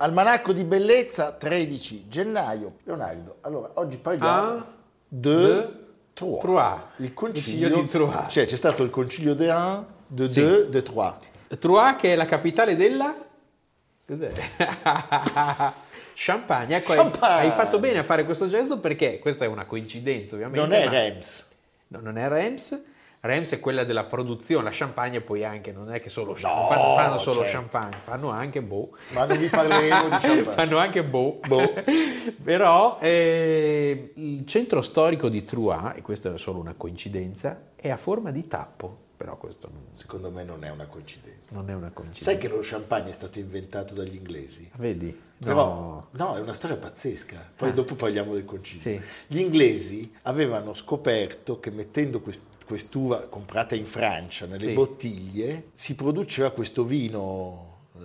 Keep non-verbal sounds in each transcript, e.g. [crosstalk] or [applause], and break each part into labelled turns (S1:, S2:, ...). S1: Almanacco di Bellezza, 13 gennaio. Leonardo, allora, oggi parliamo
S2: Ah,
S1: de,
S2: de
S1: Troyes.
S2: Troyes.
S1: Il
S2: Concilio
S1: concilio
S2: di Troyes.
S1: Cioè, c'è stato il concilio de 1, de 2, de 3.
S2: Troyes che è la capitale della... Cos'è? [laughs] Champagne. Ecco, hai-
S1: Champagne.
S2: hai fatto bene a fare questo gesto perché questa è una coincidenza ovviamente.
S1: Non è
S2: ma-
S1: Rems.
S2: No, non è Rems. Rems è quella della produzione, la champagne poi anche, non è che solo champagne,
S1: No,
S2: fanno, fanno solo
S1: certo.
S2: champagne, fanno anche boh.
S1: Ma non vi
S2: [laughs]
S1: parleremo di champagne.
S2: fanno anche boh.
S1: Boh. [laughs]
S2: Però eh, il centro storico di Troyes, e questa è solo una coincidenza, è a forma di tappo, però questo non,
S1: Secondo me non è una coincidenza.
S2: non è una coincidenza.
S1: Sai che lo champagne è stato inventato dagli inglesi?
S2: Vedi?
S1: Però,
S2: No. Eh.
S1: no, è una storia pazzesca. Poi dopo parliamo del concilio.
S2: Sì.
S1: Gli inglesi avevano scoperto che mettendo quest- quest'uva comprata in Francia nelle
S2: Sì.
S1: bottiglie si produceva questo vino eh,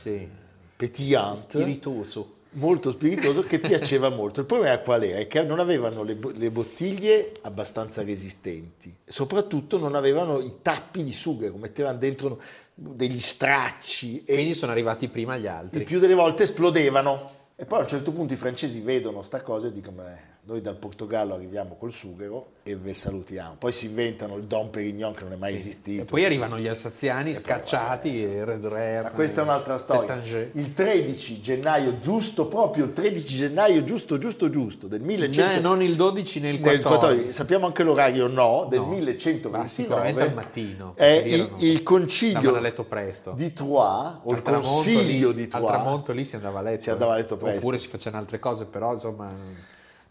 S2: Sì.
S1: petit Ant,
S2: Spiritoso.
S1: molto spiritoso
S2: [laughs]
S1: che piaceva molto. Il problema qual era? È che non avevano le, bo- le bottiglie abbastanza resistenti, soprattutto non avevano i tappi di sughero, mettevano dentro degli stracci e
S2: Quindi sono arrivati prima gli altri.
S1: il più delle volte esplodevano. E poi a un certo punto i francesi vedono sta cosa e dicono: "Beh, noi dal Portogallo arriviamo col sughero e ve salutiamo. Poi si inventano il Don Perignon che non è mai
S2: E
S1: esistito.
S2: poi arrivano gli alsaziani scacciati, e Red Rare.
S1: Ma questa è un'altra storia.
S2: Tétanger.
S1: Il 13 gennaio, giusto proprio il 13 gennaio, giusto, giusto, giusto, del 1100
S2: Eh, non il 12 né il
S1: nel
S2: 14.
S1: 14, sappiamo anche l'orario no, del
S2: No, ma
S1: 1129
S2: sicuramente al mattino,
S1: è
S2: perché
S1: il,
S2: erano-
S1: il
S2: andavano
S1: concilio
S2: a letto presto.
S1: di Troyes o
S2: Al
S1: il
S2: tramonto
S1: consiglio
S2: lì-
S1: di
S2: Al
S1: Troyes
S2: tramonto lì si andava a letto.
S1: Si andava a letto presto. Eh.
S2: Oppure si facevano altre cose, però insomma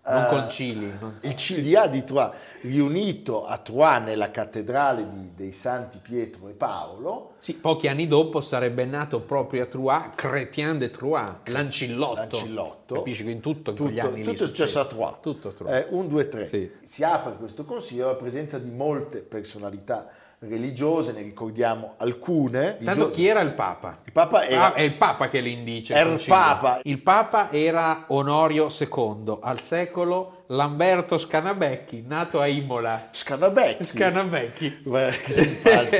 S2: non concili. non-
S1: Il CDA di Troyes, riunito a Troyes nella cattedrale di- dei Santi Pietro e Paolo,
S2: Sì, pochi anni dopo sarebbe nato proprio a Troyes, Chrétien de Troyes, l'ancillotto.
S1: Lancillotto.
S2: Capisci che in tutto, in quegli
S1: tutto,
S2: anni lì
S1: tutto è successo a Troyes.
S2: Tutto a Troyes.
S1: Eh, un, due, tre.
S2: Sì.
S1: Si apre questo consiglio alla presenza di molte personalità religiose, ne ricordiamo alcune.
S2: Tanto
S1: Religio-
S2: chi era il Papa?
S1: Il Papa
S2: Ah,
S1: era
S2: è il Papa che lo indice.
S1: Era il
S2: concilio.
S1: Papa.
S2: Il Papa era Onorio II, al secolo Lamberto Scanabecchi, nato a Imola.
S1: Scanabecchi.
S2: Scanabecchi,
S1: Beh, che simpatico.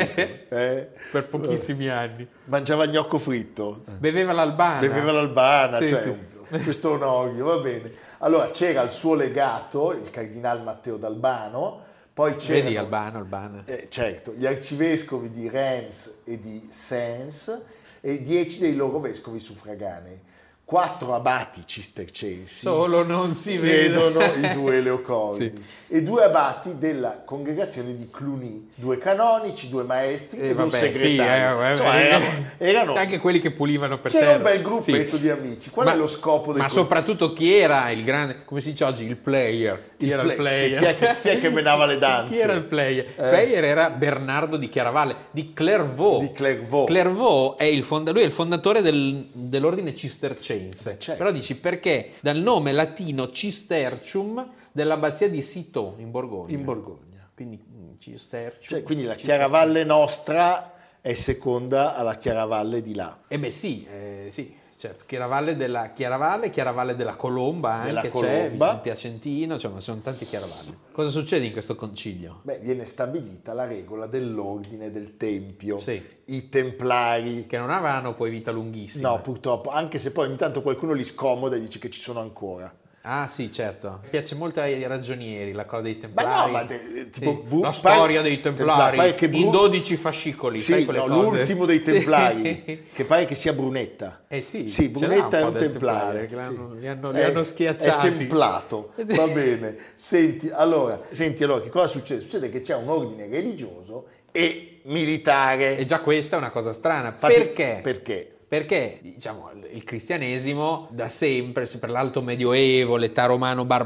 S1: eh.
S2: per pochissimi anni.
S1: Mangiava il gnocco fritto.
S2: Beveva l'Albana.
S1: Beveva l'Albana,
S2: Ah, Sì,
S1: cioè
S2: sì.
S1: un- questo onorio, va bene. Allora c'era il suo legato, il cardinal Matteo d'Albano, poi
S2: Vedi,
S1: c'erano
S2: Albano, Albana.
S1: eh, certo, gli arcivescovi di Reims e di Sens e dieci dei loro vescovi suffraganei, quattro abati cistercensi.
S2: Solo non si
S1: Vedono
S2: vedono.
S1: i
S2: [laughs]
S1: due Leocoldi
S2: Sì.
S1: e due abati della congregazione di Cluny, due canonici, due maestri
S2: Eh,
S1: ed un
S2: vabbè, sì,
S1: segretario.
S2: eh,
S1: Insomma,
S2: eh,
S1: erano, erano
S2: Anche quelli che pulivano per
S1: c'era
S2: terra.
S1: un bel gruppetto
S2: Sì.
S1: di amici. Qual è lo scopo del
S2: Ma soprattutto chi era il grande, come si dice oggi, il player. Chi
S1: Il
S2: era il
S1: play- sì,
S2: player?
S1: chi è che- chi è che menava le danze?
S2: [laughs]
S1: Eh.
S2: chi era il player? Il player era Bernardo di Chiaravalle, di Clairvaux.
S1: Di Clairvaux.
S2: Clairvaux è il fonda- lui è il fondatore del- dell'ordine cistercense.
S1: Beh, certo.
S2: Però dici perché dal nome latino cistercium dell'abbazia di Citeaux in Borgogna.
S1: in Borgogna?
S2: Quindi mm, cistercium.
S1: Cioè, quindi la
S2: cistercium.
S1: Chiaravalle nostra è seconda alla Chiaravalle di là.
S2: Eh beh sì, eh, sì, certo. Chiaravalle della Chiaravalle, Chiaravalle della Colomba anche
S1: Della
S2: c'è,
S1: Colomba.
S2: in Piacentino, insomma sono tanti Chiaravalli. Cosa succede in questo concilio?
S1: Beh, viene stabilita la regola dell'ordine del Tempio.
S2: Sì.
S1: I Templari,
S2: Che non avevano poi vita lunghissima.
S1: no, purtroppo, anche se poi ogni tanto qualcuno li scomoda e dice che ci sono ancora.
S2: Ah sì, certo. Mi piace molto ai ragionieri la cosa dei
S1: Ma
S2: templari.
S1: no, ma de- tipo
S2: Sì,
S1: Bu-
S2: la
S1: pare-
S2: storia dei templari,
S1: pare che
S2: in
S1: Bru-
S2: 12 fascicoli. sai
S1: Sì,
S2: quelle
S1: no,
S2: cose?
S1: l'ultimo
S2: [laughs]
S1: dei Templari, che pare che sia Brunetta.
S2: Eh sì,
S1: Sì,
S2: ce
S1: Brunetta
S2: l'ha
S1: è
S2: un
S1: un
S2: po' del
S1: templare.
S2: templare, che l'hanno-
S1: sì.
S2: li hanno- li hanno
S1: È
S2: schiacciati.
S1: templato, va bene. Senti, allora, senti, allora, che cosa succede? Succede che c'è un ordine religioso e militare.
S2: E già questa è una cosa strana.
S1: Infatti-
S2: perché?
S1: Perché?
S2: Perché diciamo, il cristianesimo da sempre, se per l'alto medioevo, l'età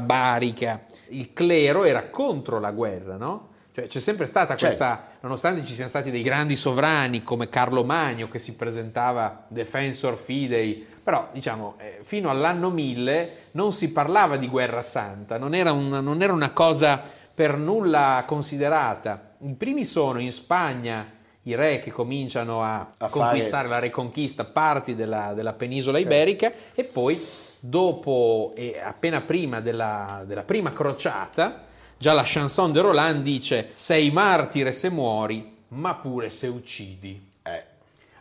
S2: romano-barbarica, il clero era contro la guerra, no? Cioè c'è sempre stata
S1: Certo.
S2: questa, nonostante ci siano stati dei grandi sovrani come Carlo Magno che si presentava defensor fidei, però diciamo eh, fino all'anno 1000 non si parlava di guerra santa, non era una, non era una cosa per nulla considerata. I primi sono in Spagna i re che cominciano a
S1: A fare-
S2: conquistare la Reconquista, parti della, della penisola
S1: Certo.
S2: iberica e poi dopo e appena prima della, della prima crociata, già la chanson de Roland dice sei martire se muori, ma pure se uccidi.
S1: Eh,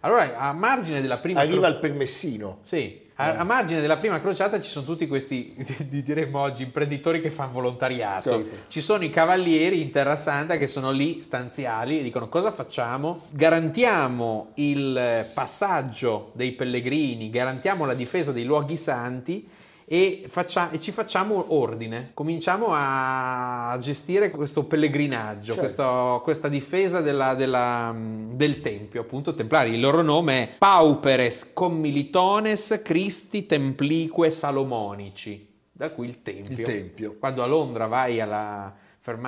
S2: Allora, a margine della prima
S1: arriva
S2: cro-
S1: il permessino.
S2: sì, a, a margine della prima crociata ci sono tutti questi, [laughs] di- diremmo oggi, imprenditori che fanno volontariato.
S1: Sì.
S2: Ci sono i cavalieri in Terra Santa che sono lì stanziali e dicono cosa facciamo? Garantiamo il eh, passaggio dei pellegrini, garantiamo la difesa dei luoghi santi e, faccia- e ci facciamo ordine. Cominciamo a gestire questo pellegrinaggio,
S1: Certo.
S2: questo- questa difesa della- della, mm, del Tempio, appunto, Templari. Il loro nome è Pauperes Commilitones Christi Templique Salomonici, da cui il Tempio.
S1: Il tempio.
S2: Quando a Londra vai alla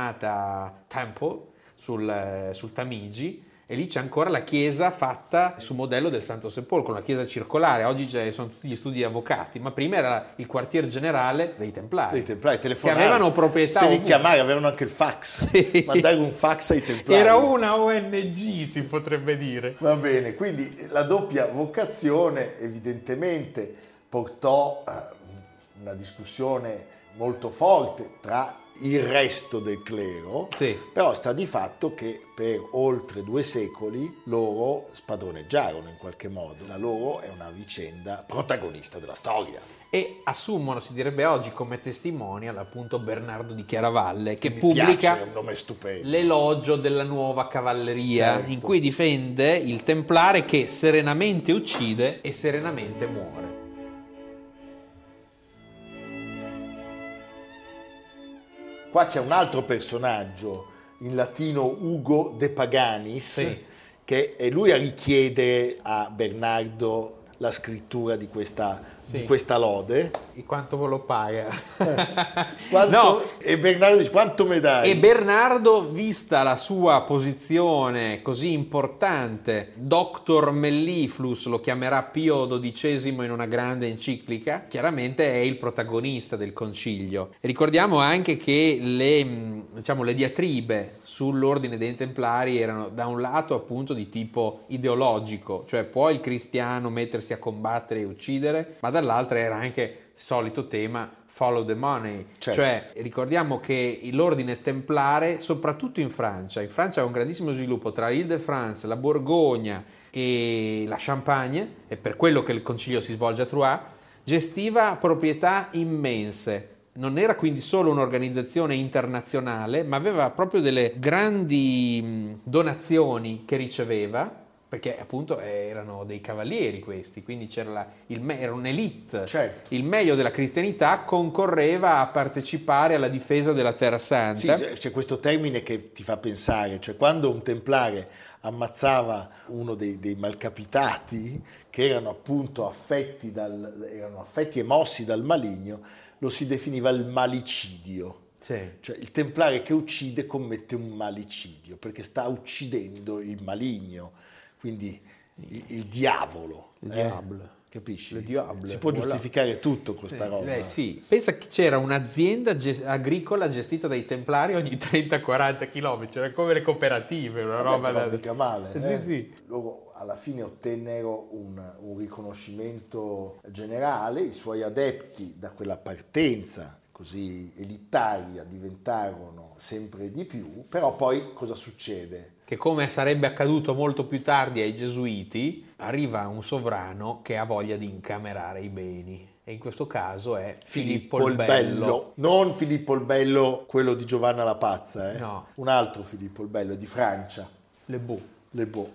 S2: fermata Temple sul, eh, sul Tamigi e lì c'è ancora la chiesa fatta su modello del Santo Sepolcro, una chiesa circolare. Oggi c'è- sono tutti gli studi di avvocati, ma prima era il quartier generale dei Templari.
S1: Dei templari telefonare.
S2: Che avevano proprietà
S1: Devi
S2: ovunque.
S1: chiamare, avevano anche il fax.
S2: [laughs] Sì.
S1: Mandare un fax ai templari.
S2: Era una ONG, si potrebbe dire.
S1: Va bene, quindi la doppia vocazione evidentemente portò a una discussione molto forte tra il resto del clero,
S2: Sì.
S1: però sta di fatto che per oltre due secoli loro spadroneggiarono in qualche modo, la loro è una vicenda protagonista della storia.
S2: e assumono, si direbbe oggi, come testimonial appunto Bernardo di Chiaravalle che
S1: Mi
S2: pubblica
S1: piace, è un nome stupendo.
S2: l'elogio della nuova cavalleria
S1: Certo.
S2: in cui difende il templare che serenamente uccide e serenamente muore.
S1: Qua c'è un altro personaggio, in latino Ugo De Paganis,
S2: Sì.
S1: che è lui a richiedere a Bernardo la scrittura di questa,
S2: Sì.
S1: di questa lode.
S2: E quanto ve lo paga?
S1: Eh, Quanto-
S2: [laughs] No,
S1: E Bernardo dice quanto me dai?
S2: E Bernardo, vista la sua posizione così importante, Dr. Melliflus lo chiamerà Pio XII in una grande enciclica, chiaramente è il protagonista del concilio. Ricordiamo anche che le, mh, diciamo, le diatribe sull'ordine dei templari erano da un lato appunto di tipo ideologico, cioè può il cristiano mettersi a combattere e uccidere, ma dall'altra era anche solito tema follow the money,
S1: Certo.
S2: cioè ricordiamo che l'ordine templare, soprattutto in Francia, in Francia ha un grandissimo sviluppo tra l'Île-de-France, la Borgogna e la Champagne, e per quello che il concilio si svolge a Troyes, gestiva proprietà immense. Non era quindi solo un'organizzazione internazionale, ma aveva proprio delle grandi mh, donazioni che riceveva, perché appunto eh, erano dei cavalieri questi, quindi c'era la- il me- era un'elite
S1: Certo.
S2: il meglio della cristianità concorreva a partecipare alla difesa della Terra
S1: Sì,
S2: Santa.
S1: c'è c'è questo termine che ti fa pensare, cioè quando un templare ammazzava uno dei, dei malcapitati che erano appunto affetti, dal- erano affetti e mossi dal maligno, lo si definiva il malicidio.
S2: Sì.
S1: Cioè il templare che uccide commette un malicidio perché sta uccidendo il maligno, quindi il, il diavolo.
S2: Il
S1: eh?
S2: diavolo.
S1: Capisci?
S3: Le diable,
S1: si può
S3: voilà.
S1: giustificare tutto con sta roba.
S2: Eh, sì. Pensa che c'era un'azienda ges- agricola gestita dai templari ogni 30-40 km, era come le cooperative, una
S1: Non
S2: roba
S1: è
S2: da...
S1: mica male.
S2: Sì,
S1: eh.
S2: sì.
S1: Loro alla fine ottennero un, un riconoscimento generale, i suoi adepti da quella partenza così elitaria diventarono sempre di più, però poi cosa succede?
S2: Che come sarebbe accaduto molto più tardi ai gesuiti, arriva un sovrano che ha voglia di incamerare i beni. E in questo caso è Filippo, il Bello.
S1: Non Filippo il Bello, quello di Giovanna la Pazza, eh.
S2: No.
S1: un altro Filippo il Bello, è di Francia,
S2: Le Beau.
S1: Le Beau.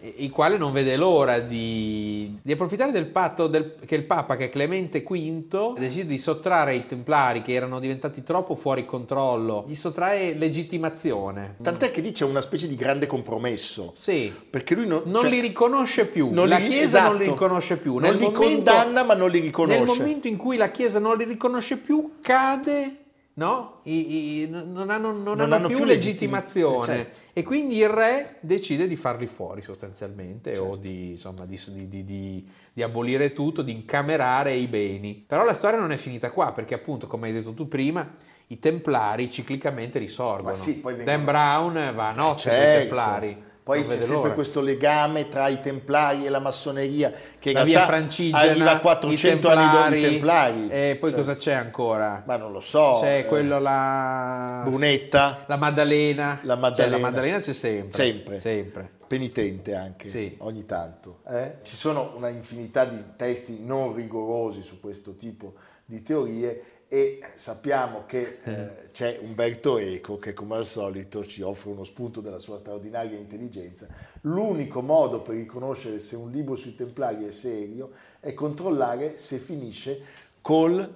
S2: e- il quale non vede l'ora di, di approfittare del patto del- che il Papa, che è Clemente V, decide di sottrarre ai Templari, che erano diventati troppo fuori controllo, gli sottrae legittimazione.
S1: Tant'è che lì c'è una specie di grande compromesso,
S2: Sì,
S1: perché lui non...
S2: non
S1: cioè-
S2: li riconosce più,
S1: Non
S2: la
S1: li-
S2: Chiesa non li
S1: esatto.
S2: riconosce più.
S1: Non li condanna, ma non li riconosce.
S2: Nel momento in cui la Chiesa non li riconosce più, cade, no? I- i- non hanno, non hanno più, legittimazione.
S1: legittim- certo.
S2: E quindi il re decide di farli fuori sostanzialmente,
S1: Certo.
S2: o di, insomma, di, di- di- di- di abolire tutto, di incamerare i beni. Però la storia non è finita qua, perché appunto, come hai detto tu prima, i templari ciclicamente risorgono.
S1: Ma sì, poi vengono-
S2: Dan Brown va a nozze con i
S1: Certo.
S2: templari.
S1: Poi
S2: non
S1: c'è
S2: vede
S1: sempre
S2: l'ora.
S1: questo legame tra i templari e la massoneria che in
S2: la via
S1: realtà
S2: Francigena,
S1: arriva a
S2: i
S1: 400 anni dopo i templari. Certo. Cioè,
S2: E poi cosa c'è ancora?
S1: Ma non lo so.
S2: c'è
S1: eh,
S2: quello la...
S1: Brunetta,
S2: la Maddalena.
S1: La
S2: Cioè, la
S1: Maddalena.
S2: Maddalena c'è sempre.
S1: Sempre.
S2: Sempre.
S1: penitente anche,
S2: Sì.
S1: ogni tanto. eh. Ci sono una infinità di testi non rigorosi su questo tipo di teorie e sappiamo
S2: [laughs]
S1: che eh, c'è Umberto Eco che come al solito ci offre uno spunto della sua straordinaria intelligenza. L'unico modo per riconoscere se un libro sui templari è serio è controllare se finisce col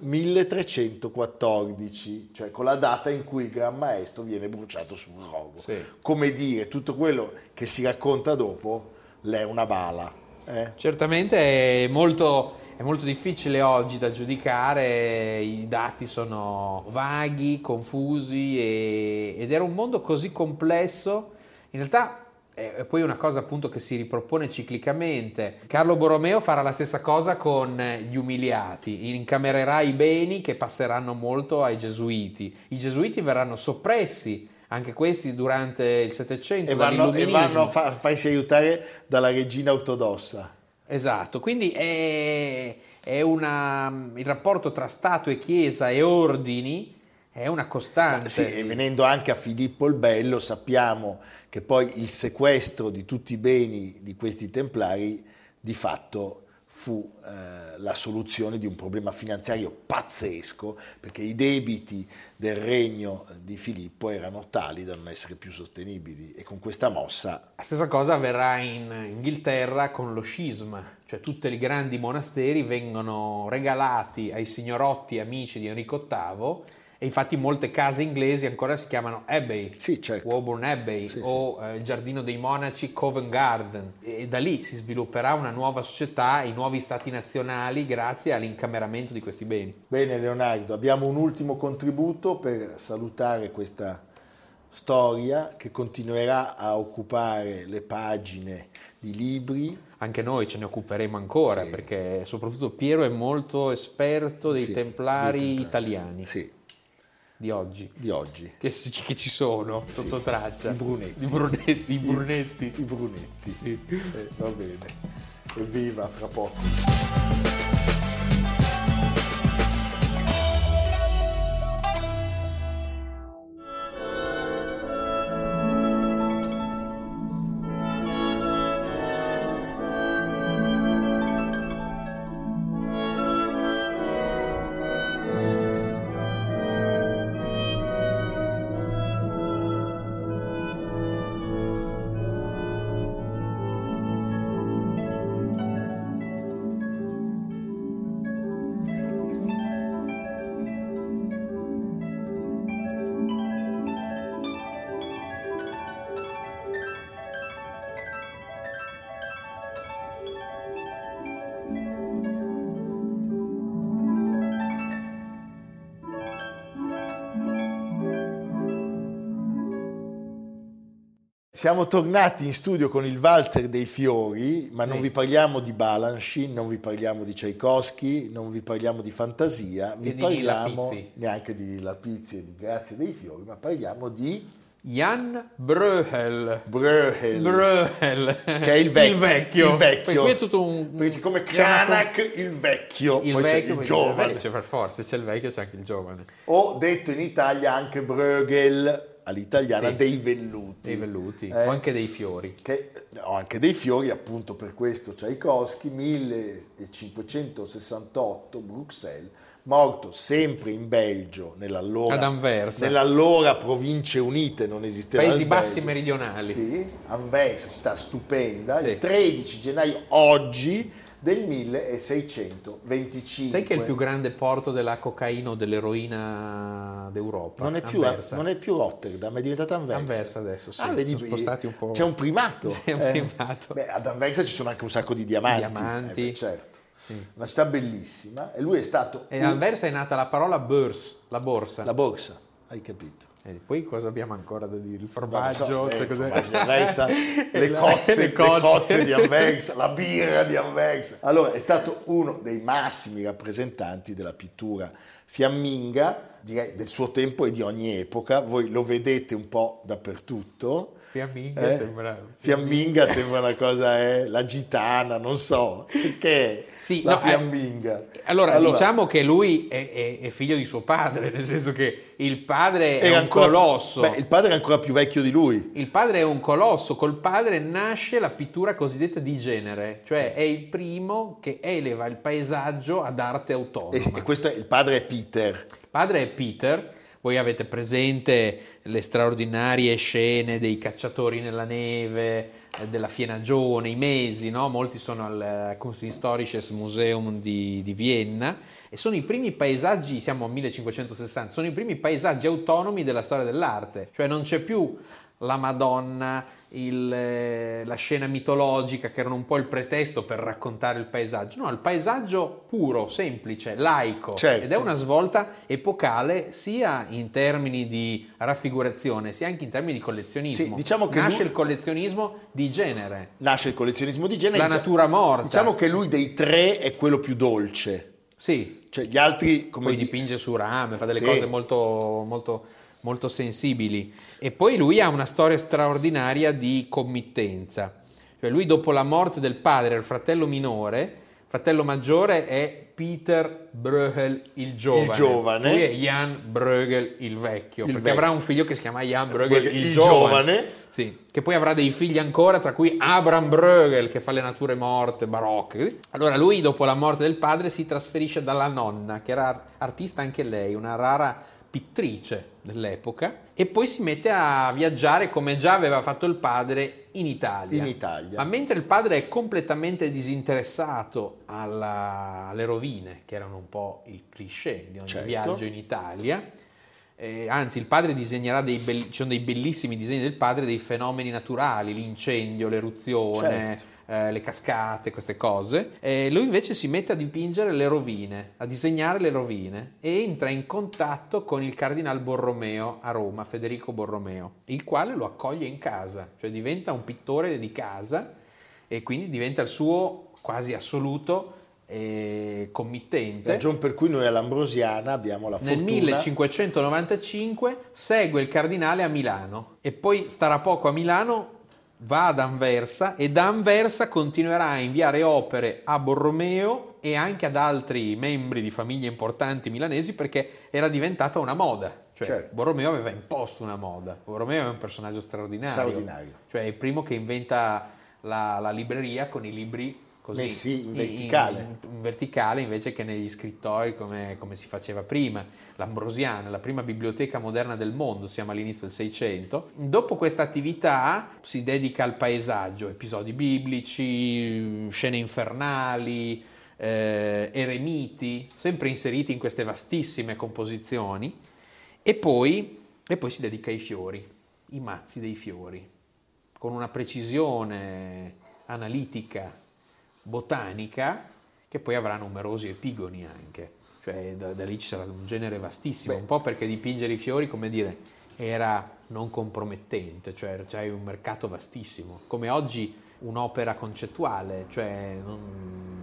S1: 1314, cioè con la data in cui il Gran Maestro viene bruciato sul rogo
S2: Sì.
S1: come dire, tutto quello che si racconta dopo, lei è una bala. eh?
S2: Certamente è molto, è molto difficile oggi da giudicare, i dati sono vaghi, confusi e- ed era un mondo così complesso. In realtà è è poi una cosa appunto che si ripropone ciclicamente. Carlo Borromeo farà la stessa cosa con gli umiliati, incamererà i beni che passeranno molto ai gesuiti. I gesuiti verranno soppressi, anche questi durante il Settecento,
S1: E, vanno, e
S2: dall'illuminismo.
S1: vanno a fa- farsi aiutare dalla regina ortodossa.
S2: Esatto, quindi è, è una, il rapporto tra Stato e Chiesa e ordini è una costante.
S1: Ah, Sì, e venendo anche a Filippo il Bello, sappiamo che poi il sequestro di tutti i beni di questi templari di fatto fu eh, la soluzione di un problema finanziario pazzesco, perché i debiti del regno di Filippo erano tali da non essere più sostenibili e con questa mossa
S2: La stessa cosa avverrà in Inghilterra con lo scisma, cioè tutti i grandi monasteri vengono regalati ai signorotti amici di Enrico VIII e infatti molte case inglesi ancora si chiamano Abbey.
S1: Sì, certo.
S2: Woburn Abbey
S1: Sì, sì.
S2: o eh, il giardino dei monaci Covent Garden e da lì si svilupperà una nuova società, i nuovi stati nazionali grazie all'incameramento di questi beni.
S1: Bene Leonardo, abbiamo un ultimo contributo per salutare questa storia che continuerà a occupare le pagine di libri.
S2: Anche noi ce ne occuperemo ancora
S1: Sì.
S2: perché soprattutto Piero è molto esperto dei
S1: Sì,
S2: templari
S1: dei templari.
S2: italiani
S1: Sì,
S2: di oggi.
S1: di oggi.
S2: che, si- che ci sono sotto traccia.
S1: I brunetti.
S2: I brunetti. i brunetti.
S1: I brunetti.
S2: Sì.
S1: Eh, va bene. Evviva fra poco. Siamo tornati in studio con il valzer dei fiori, ma non
S2: Sì.
S1: vi parliamo di Balanchine, non vi parliamo di Tchaikovsky, non vi parliamo di fantasia, vi
S2: E di Lilla
S1: parliamo
S2: Pizzi.
S1: neanche di La Pizzi e di Grazie dei fiori, ma parliamo di
S2: Jan Breuel.
S1: Breuel.
S2: Breuel.
S1: che è il vecchio.
S2: [laughs] Il vecchio.
S1: il vecchio.
S2: Poi qui è tutto un...
S1: Perché c'è come
S2: c'è una-
S1: Cranach il vecchio,
S2: Il
S1: poi
S2: vecchio,
S1: c'è il
S2: poi
S1: giovane.
S2: vecchio, per forza, se c'è il vecchio c'è anche il giovane.
S1: o detto in Italia anche Bruegel all'italiana
S2: Sì.
S1: dei velluti.
S2: Dei velluti,
S1: Eh.
S2: o anche dei fiori.
S1: Che ho anche dei fiori, appunto per questo Tchaikovsky, 1568 Bruxelles, morto sempre in Belgio, nell'allora,
S2: Ad Anversa.
S1: nell'allora Province Unite, non esisteva
S2: Paesi
S1: il
S2: Bassi
S1: Belgio.
S2: meridionali.
S1: Sì, Anversa, città stupenda,
S2: Sì.
S1: il 13 gennaio oggi del 1625.
S2: Sai che è il più grande porto della cocaina o dell'eroina d'Europa?
S1: Non è, più,
S2: Anversa.
S1: non è più Rotterdam, è diventata Anversa.
S2: Anversa adesso, sì.
S1: Ah, vedi,
S2: Sono spostati un po'.
S1: C'è un primato.
S2: Sì, è un
S1: eh.
S2: primato.
S1: Beh, ad Anversa ci sono anche un sacco di diamanti.
S2: Certo. Diamanti.
S1: eh, beh, certo. Una città bellissima. E lui è stato...
S2: E
S1: un-
S2: a Anversa Eh, è nata la parola beurs, la borsa.
S1: eh, La borsa, hai capito.
S2: E poi cosa abbiamo ancora da dire? Il
S1: Non so,
S2: formaggio,
S1: eh,
S2: cioè
S1: il
S2: cos'è? [laughs]
S1: formaggio di Anversa, le,
S2: La-
S1: cozze,
S2: le
S1: le cozze di Anversa, la birra di Anversa. Allora, è stato uno dei massimi rappresentanti della pittura fiamminga, direi del suo tempo e di ogni epoca. Voi lo vedete un po' dappertutto.
S2: Fiamminga
S1: Eh?
S2: sembra...
S1: Fiamminga sembra una cosa, eh, la gitana, non so, che è
S2: Sì,
S1: la
S2: no, eh,
S1: fiamminga.
S2: Allora, diciamo che lui è, è- è figlio di suo padre, nel senso che il padre è
S1: era
S2: un colosso.
S1: Beh, il padre era ancora più vecchio di lui.
S2: Il padre è un colosso, col padre nasce la pittura cosiddetta di genere, cioè è il primo che eleva il paesaggio ad arte autonoma.
S1: E, e questo è il padre è Peter.
S2: Il padre è Peter, voi avete presente le straordinarie scene dei cacciatori nella neve, eh, della Fienagione, i mesi, no? molti sono al eh, Kunsthistorisches Museum di, di Vienna e sono i primi paesaggi, siamo a 1560, sono i primi paesaggi autonomi della storia dell'arte, cioè non c'è più la Madonna, il, eh, la scena mitologica che erano un po' il pretesto per raccontare il paesaggio, no, il paesaggio puro, semplice, laico
S1: Certo.
S2: ed è una svolta epocale sia in termini di raffigurazione sia anche in termini di collezionismo.
S1: Sì, diciamo che
S2: Nasce
S1: lui-
S2: il collezionismo di genere,
S1: Nasce il collezionismo di genere.
S2: la
S1: Dicia-
S2: natura morta.
S1: Diciamo che lui dei tre è quello più dolce.
S2: Sì,
S1: Cioè gli altri, come
S2: poi
S1: di-
S2: dipinge su rame, fa delle
S1: Sì.
S2: cose molto, molto, molto sensibili. E poi lui ha una storia straordinaria di committenza. Cioè lui dopo la morte del padre, il fratello minore, il fratello maggiore è Peter Bruegel il giovane.
S1: giovane.
S2: Lui è Jan Bruegel il vecchio,
S1: Il
S2: perché
S1: vecchio.
S2: avrà un figlio che si chiama Jan Bruegel il,
S1: Bruegel il
S2: giovane.
S1: giovane.
S2: Sì, che poi avrà dei figli ancora, tra cui Abraham Bruegel che fa le nature morte, barocche. Allora lui dopo la morte del padre si trasferisce dalla nonna, che era artista anche lei, una rara pittrice dell'epoca, e poi si mette a viaggiare come già aveva fatto il padre in Italia.
S1: in Italia.
S2: Ma mentre il padre è completamente disinteressato alla- alle rovine, che erano un po' il cliché di ogni
S1: Certo.
S2: viaggio in Italia, eh, anzi il padre disegnerà dei, bell- ci sono dei bellissimi disegni del padre dei fenomeni naturali, l'incendio, l'eruzione,
S1: Certo.
S2: eh, le cascate, queste cose. Eh, lui invece si mette a dipingere le rovine, a disegnare le rovine e entra in contatto con il cardinal Borromeo a Roma, Federico Borromeo, il quale lo accoglie in casa, cioè diventa un pittore di casa e quindi diventa il suo quasi assoluto eh, committente.
S1: Ragion per cui noi all'Ambrosiana abbiamo la
S2: Nel
S1: fortuna...
S2: 1595 segue il cardinale a Milano e poi starà poco a Milano, va ad Anversa e da Anversa continuerà a inviare opere a Borromeo e anche ad altri membri di famiglie importanti milanesi perché era diventata una moda. Cioè,
S1: Certo.
S2: Borromeo aveva imposto una moda. Borromeo è un personaggio straordinario.
S1: Straordinario.
S2: Cioè, è il primo che inventa la, la libreria con i libri così
S1: Messi in verticale.
S2: in- in verticale invece che negli scrittori come, come si faceva prima. L'Ambrosiana, la prima biblioteca moderna del mondo, siamo all'inizio del Seicento. Dopo questa attività si dedica al paesaggio, episodi biblici, scene infernali, eh, eremiti, sempre inseriti in queste vastissime composizioni. E poi, e poi si dedica ai fiori, i mazzi dei fiori, con una precisione analitica, botanica, che poi avrà numerosi epigoni anche. Cioè da, da lì ci sarà un genere vastissimo,
S1: Beh.
S2: un po' perché dipingere i fiori, come dire, era non compromettente, cioè c'hai un mercato vastissimo. Come oggi un'opera concettuale, cioè non-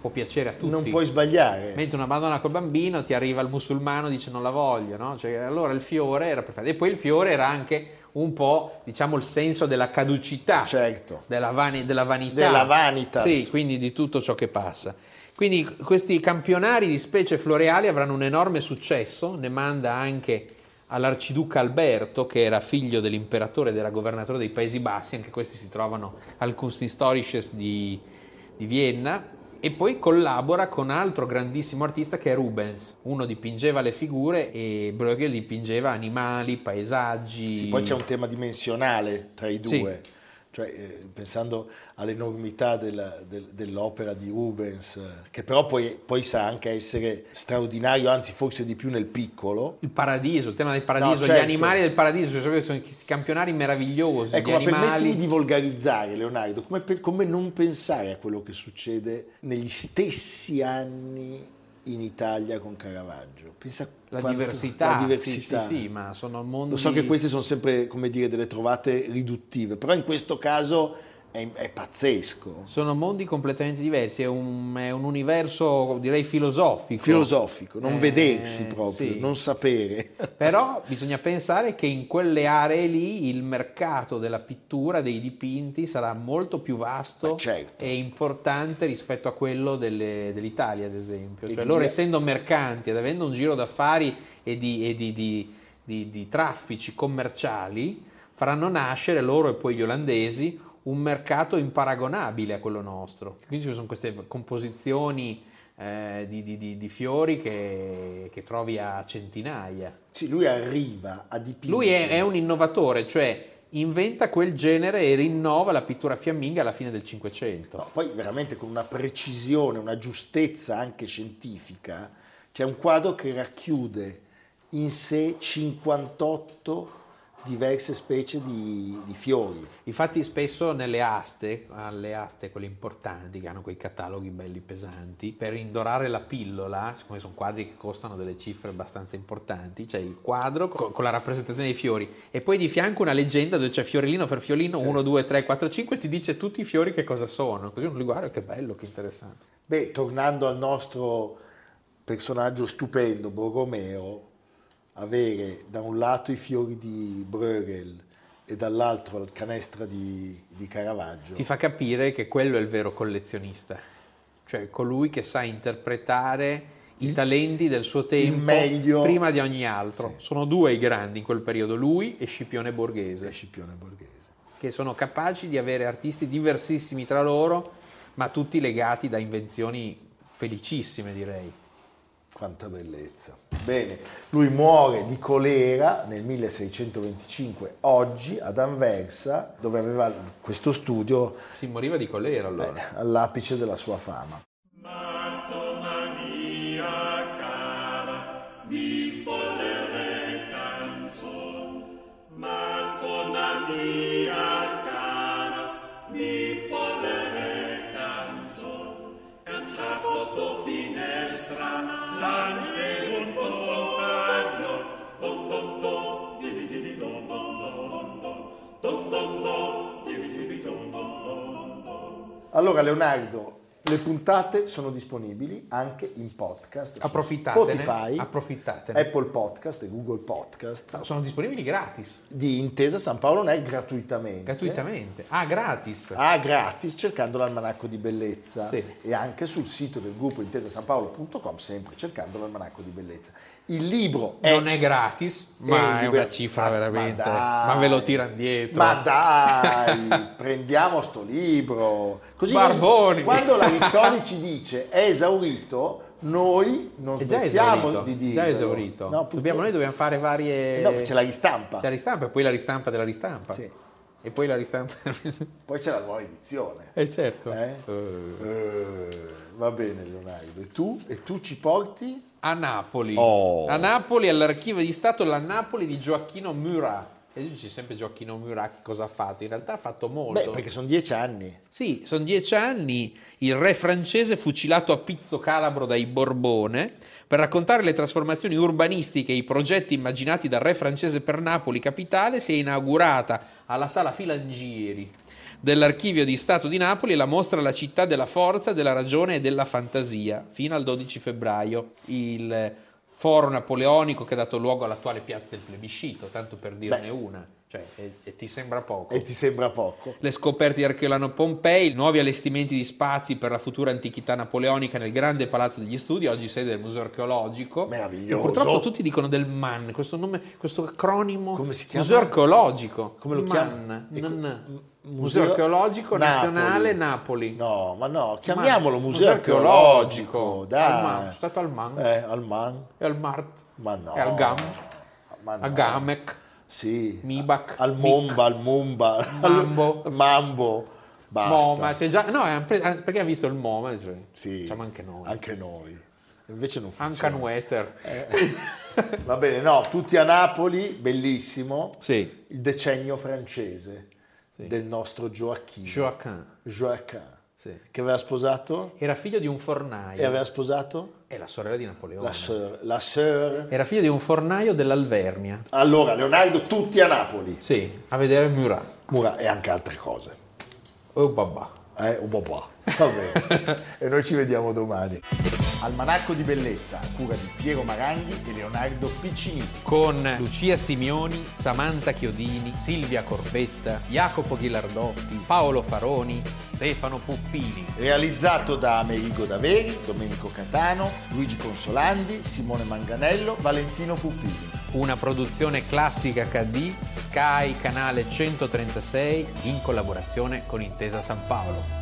S2: può piacere a tutti.
S1: Non puoi sbagliare.
S2: Mentre una Madonna col bambino ti arriva il musulmano e dice non la voglio, no? Cioè, allora il fiore era perfetto. E poi il fiore era anche un po', diciamo, il senso della caducità,
S1: Certo.
S2: della, vani- della vanità.
S1: Della vanitas.
S2: Sì, quindi di tutto ciò che passa. Quindi questi campionari di specie floreali avranno un enorme successo, ne manda anche all'arciduca Alberto, che era figlio dell'imperatore ed era governatore dei Paesi Bassi, anche questi si trovano al Kunsthistorisches di, di Vienna, e poi collabora con altro grandissimo artista che è Rubens. Uno dipingeva le figure e Bruegel dipingeva animali, paesaggi.
S1: Sì, poi c'è un tema dimensionale tra i
S2: Sì.
S1: due. Cioè, eh, pensando all'enormità della- del- dell'opera di Rubens, eh, che però poi, poi sa anche essere straordinario, anzi forse di più nel piccolo.
S2: Il paradiso, il tema del paradiso,
S1: No, certo.
S2: gli animali del paradiso, cioè, sono questi campionari meravigliosi,
S1: Ecco,
S2: gli
S1: ma
S2: animali.
S1: permettimi di volgarizzare, Leonardo, come, per- come non pensare a quello che succede negli stessi anni in Italia con Caravaggio. Pensa
S2: La
S1: quanto-
S2: diversità,
S1: la diversità.
S2: Sì, sì, sì, ma sono mondi...
S1: Lo so che queste sono sempre, come dire, delle trovate riduttive, però in questo caso è, è pazzesco,
S2: Sono mondi completamente diversi, è un, è un universo direi filosofico.
S1: filosofico, non
S2: Eh,
S1: vedersi proprio,
S2: sì.
S1: non sapere.
S2: [laughs] Però bisogna pensare che in quelle aree lì il mercato della pittura, dei dipinti sarà molto più vasto
S1: Ma certo.
S2: e importante rispetto a quello delle- dell'Italia, ad esempio.
S1: E
S2: Cioè,
S1: di-
S2: loro essendo mercanti ed avendo un giro d'affari e di, e di- di- di- di traffici commerciali, faranno nascere loro e poi gli olandesi un mercato imparagonabile a quello nostro. Quindi ci sono queste composizioni eh, di, di- di- di fiori che- che trovi a centinaia.
S1: Sì, lui arriva a dipingere.
S2: Lui è, è un innovatore, cioè inventa quel genere e rinnova la pittura fiamminga alla fine del Cinquecento.
S1: No, poi veramente con una precisione, una giustezza anche scientifica, c'è un quadro che racchiude in sé 58 diverse specie di, di fiori.
S2: Infatti spesso nelle aste, alle aste quelle importanti che hanno quei cataloghi belli pesanti, per indorare la pillola, siccome sono quadri che costano delle cifre abbastanza importanti, c'è il quadro co- con, la rappresentazione dei fiori e poi di fianco una leggenda dove c'è fiorellino per fiorellino, 1, 2, 3, 4, 5 e ti dice tutti i fiori che cosa sono. Così uno li guarda, che bello, che interessante.
S1: Beh, tornando al nostro personaggio stupendo, Borromeo, avere da un lato i fiori di Bruegel e dall'altro la canestra di, di Caravaggio.
S2: ti fa capire che quello è il vero collezionista, cioè colui che sa interpretare i talenti del suo tempo
S1: meglio.
S2: prima di ogni altro. Sono due i grandi in quel periodo, lui e Scipione
S1: è
S2: Borghese,
S1: Scipione Borghese.
S2: che sono capaci di avere artisti diversissimi tra loro, ma tutti legati da invenzioni felicissime, direi.
S1: Quanta bellezza. Bene, lui muore di colera nel 1625, oggi ad Anversa, dove aveva questo studio
S2: Si moriva di collera allora.
S1: eh, all'apice della sua fama.
S3: Madonna mia cara, mi follere canzon. Madonna mia cara, mi follere canzon. Canta sotto finestra, lanze un compagno. Don don don, divi divi don don don don don. Don don don, divi divi don don don don don.
S1: Allora Leonardo, le puntate sono disponibili anche in podcast. su
S2: Approfittatene,
S1: Spotify,
S2: approfittatene.
S1: Apple Podcast e Google Podcast.
S2: Sono disponibili gratis,
S1: Di Intesa San Paolo non è gratuitamente.
S2: gratuitamente. Ah, gratis.
S1: Ah, gratis, cercando l'almanacco di bellezza
S2: Sì.
S1: e anche sul sito del gruppo intesasanpaolo.com, sempre cercando l'almanacco di bellezza. Il libro è...
S2: non è gratis, ma è
S1: liber-
S2: una cifra
S1: Eh, Ma-
S2: veramente.
S1: dai.
S2: Ma, ve lo tirano dietro.
S1: Ma dai, [laughs] prendiamo sto libro. Così
S2: Barboni.
S1: quando la Rizzoli ci dice è esaurito, noi non
S2: [laughs] È già
S1: smettiamo
S2: esaurito.
S1: di
S2: Di
S1: dirlo.
S2: già esaurito.
S1: No, purtroppo- Eh,
S2: dobbiamo, noi dobbiamo fare varie.
S1: No, c'è la ristampa.
S2: C'è la ristampa e poi la ristampa della ristampa.
S1: Sì.
S2: E poi la ristampa. [laughs]
S1: Poi c'è la nuova edizione.
S2: eh certo.
S1: Eh?
S2: Eh.
S1: Eh, va bene Leonardo, e tu? E tu ci porti?
S2: A Napoli.
S1: Oh.
S2: A Napoli all'archivio di Stato la Napoli di Gioacchino Murat. E io dici sempre Gioacchino Muracchi cosa ha fatto? In realtà ha fatto molto.
S1: Beh, perché sono dieci anni.
S2: Sì, sono dieci anni il re francese fucilato a Pizzo Calabro dai Borbone per raccontare le trasformazioni urbanistiche e i progetti immaginati dal re francese per Napoli capitale si è inaugurata alla sala Filangieri dell'Archivio di Stato di Napoli la mostra La città della forza, della ragione e della fantasia fino al 12 febbraio. Il foro napoleonico che ha dato luogo all'attuale piazza del plebiscito, tanto per dirne
S1: Beh.
S2: una, cioè, e, e ti sembra poco.
S1: E ti sembra poco.
S2: Le scoperte di Archeolano Pompei, nuovi allestimenti di spazi per la futura antichità napoleonica nel grande palazzo degli studi, oggi sede del museo archeologico.
S1: Meraviglioso.
S2: Purtroppo tutti dicono del MAN, questo nome, questo acronimo.
S1: Come si chiama?
S2: Museo archeologico.
S1: Come lo
S2: MAN,
S1: chiama? E co-
S2: non-
S1: M-
S2: museo, archeologico nazionale Napoli.
S1: No, ma no, chiamiamolo
S2: Man.
S1: museo, archeologico.
S2: archeologico.
S1: Dai.
S2: Al Man, sono stato al Man
S1: Eh, al Man.
S2: e al Mart
S1: Ma no.
S2: e Eh, al Gam,
S1: Ma no.
S2: al Gamek.
S1: Sì.
S2: Mibac,
S1: Al
S2: Mic.
S1: Momba, al Momba. al-
S2: Mambo.
S1: Mambo. Basta.
S2: MoMA, c'è già, no, è- perché ha visto il MoMA? Cioè,
S1: Sì.
S2: Diciamo anche noi.
S1: Anche noi. Invece non funziona.
S2: Ancan Wetter. [laughs]
S1: Va bene, no, tutti a Napoli, bellissimo.
S2: Sì.
S1: Il decennio francese del nostro Gioacchino.
S2: Joachim.
S1: Joachim.
S2: Sì.
S1: Che aveva sposato?
S2: Era figlio di un
S1: E
S2: fornaio.
S1: aveva sposato?
S2: È la sorella di Napoleone.
S1: La sœur. La sœur.
S2: Era figlio di un fornaio dell'Alvernia.
S1: Allora, Leonardo, tutti a Napoli.
S2: Sì, a vedere Murat.
S1: Mura e anche altre cose.
S2: Oh babà.
S1: Eh, un po' qua. Va bene. [laughs] e noi ci vediamo domani. Almanacco di bellezza, a cura di Piero Maranghi e Leonardo Piccini.
S2: Con Lucia Simioni, Samantha Chiodini, Silvia Corbetta, Jacopo Ghilardotti, Paolo Faroni, Stefano Puppini.
S1: Realizzato da Amerigo Daveri, Domenico Catano, Luigi Consolandi, Simone Manganello, Valentino Pupini.
S2: Una produzione classica HD, Sky Canale 136, in collaborazione con Intesa San Paolo.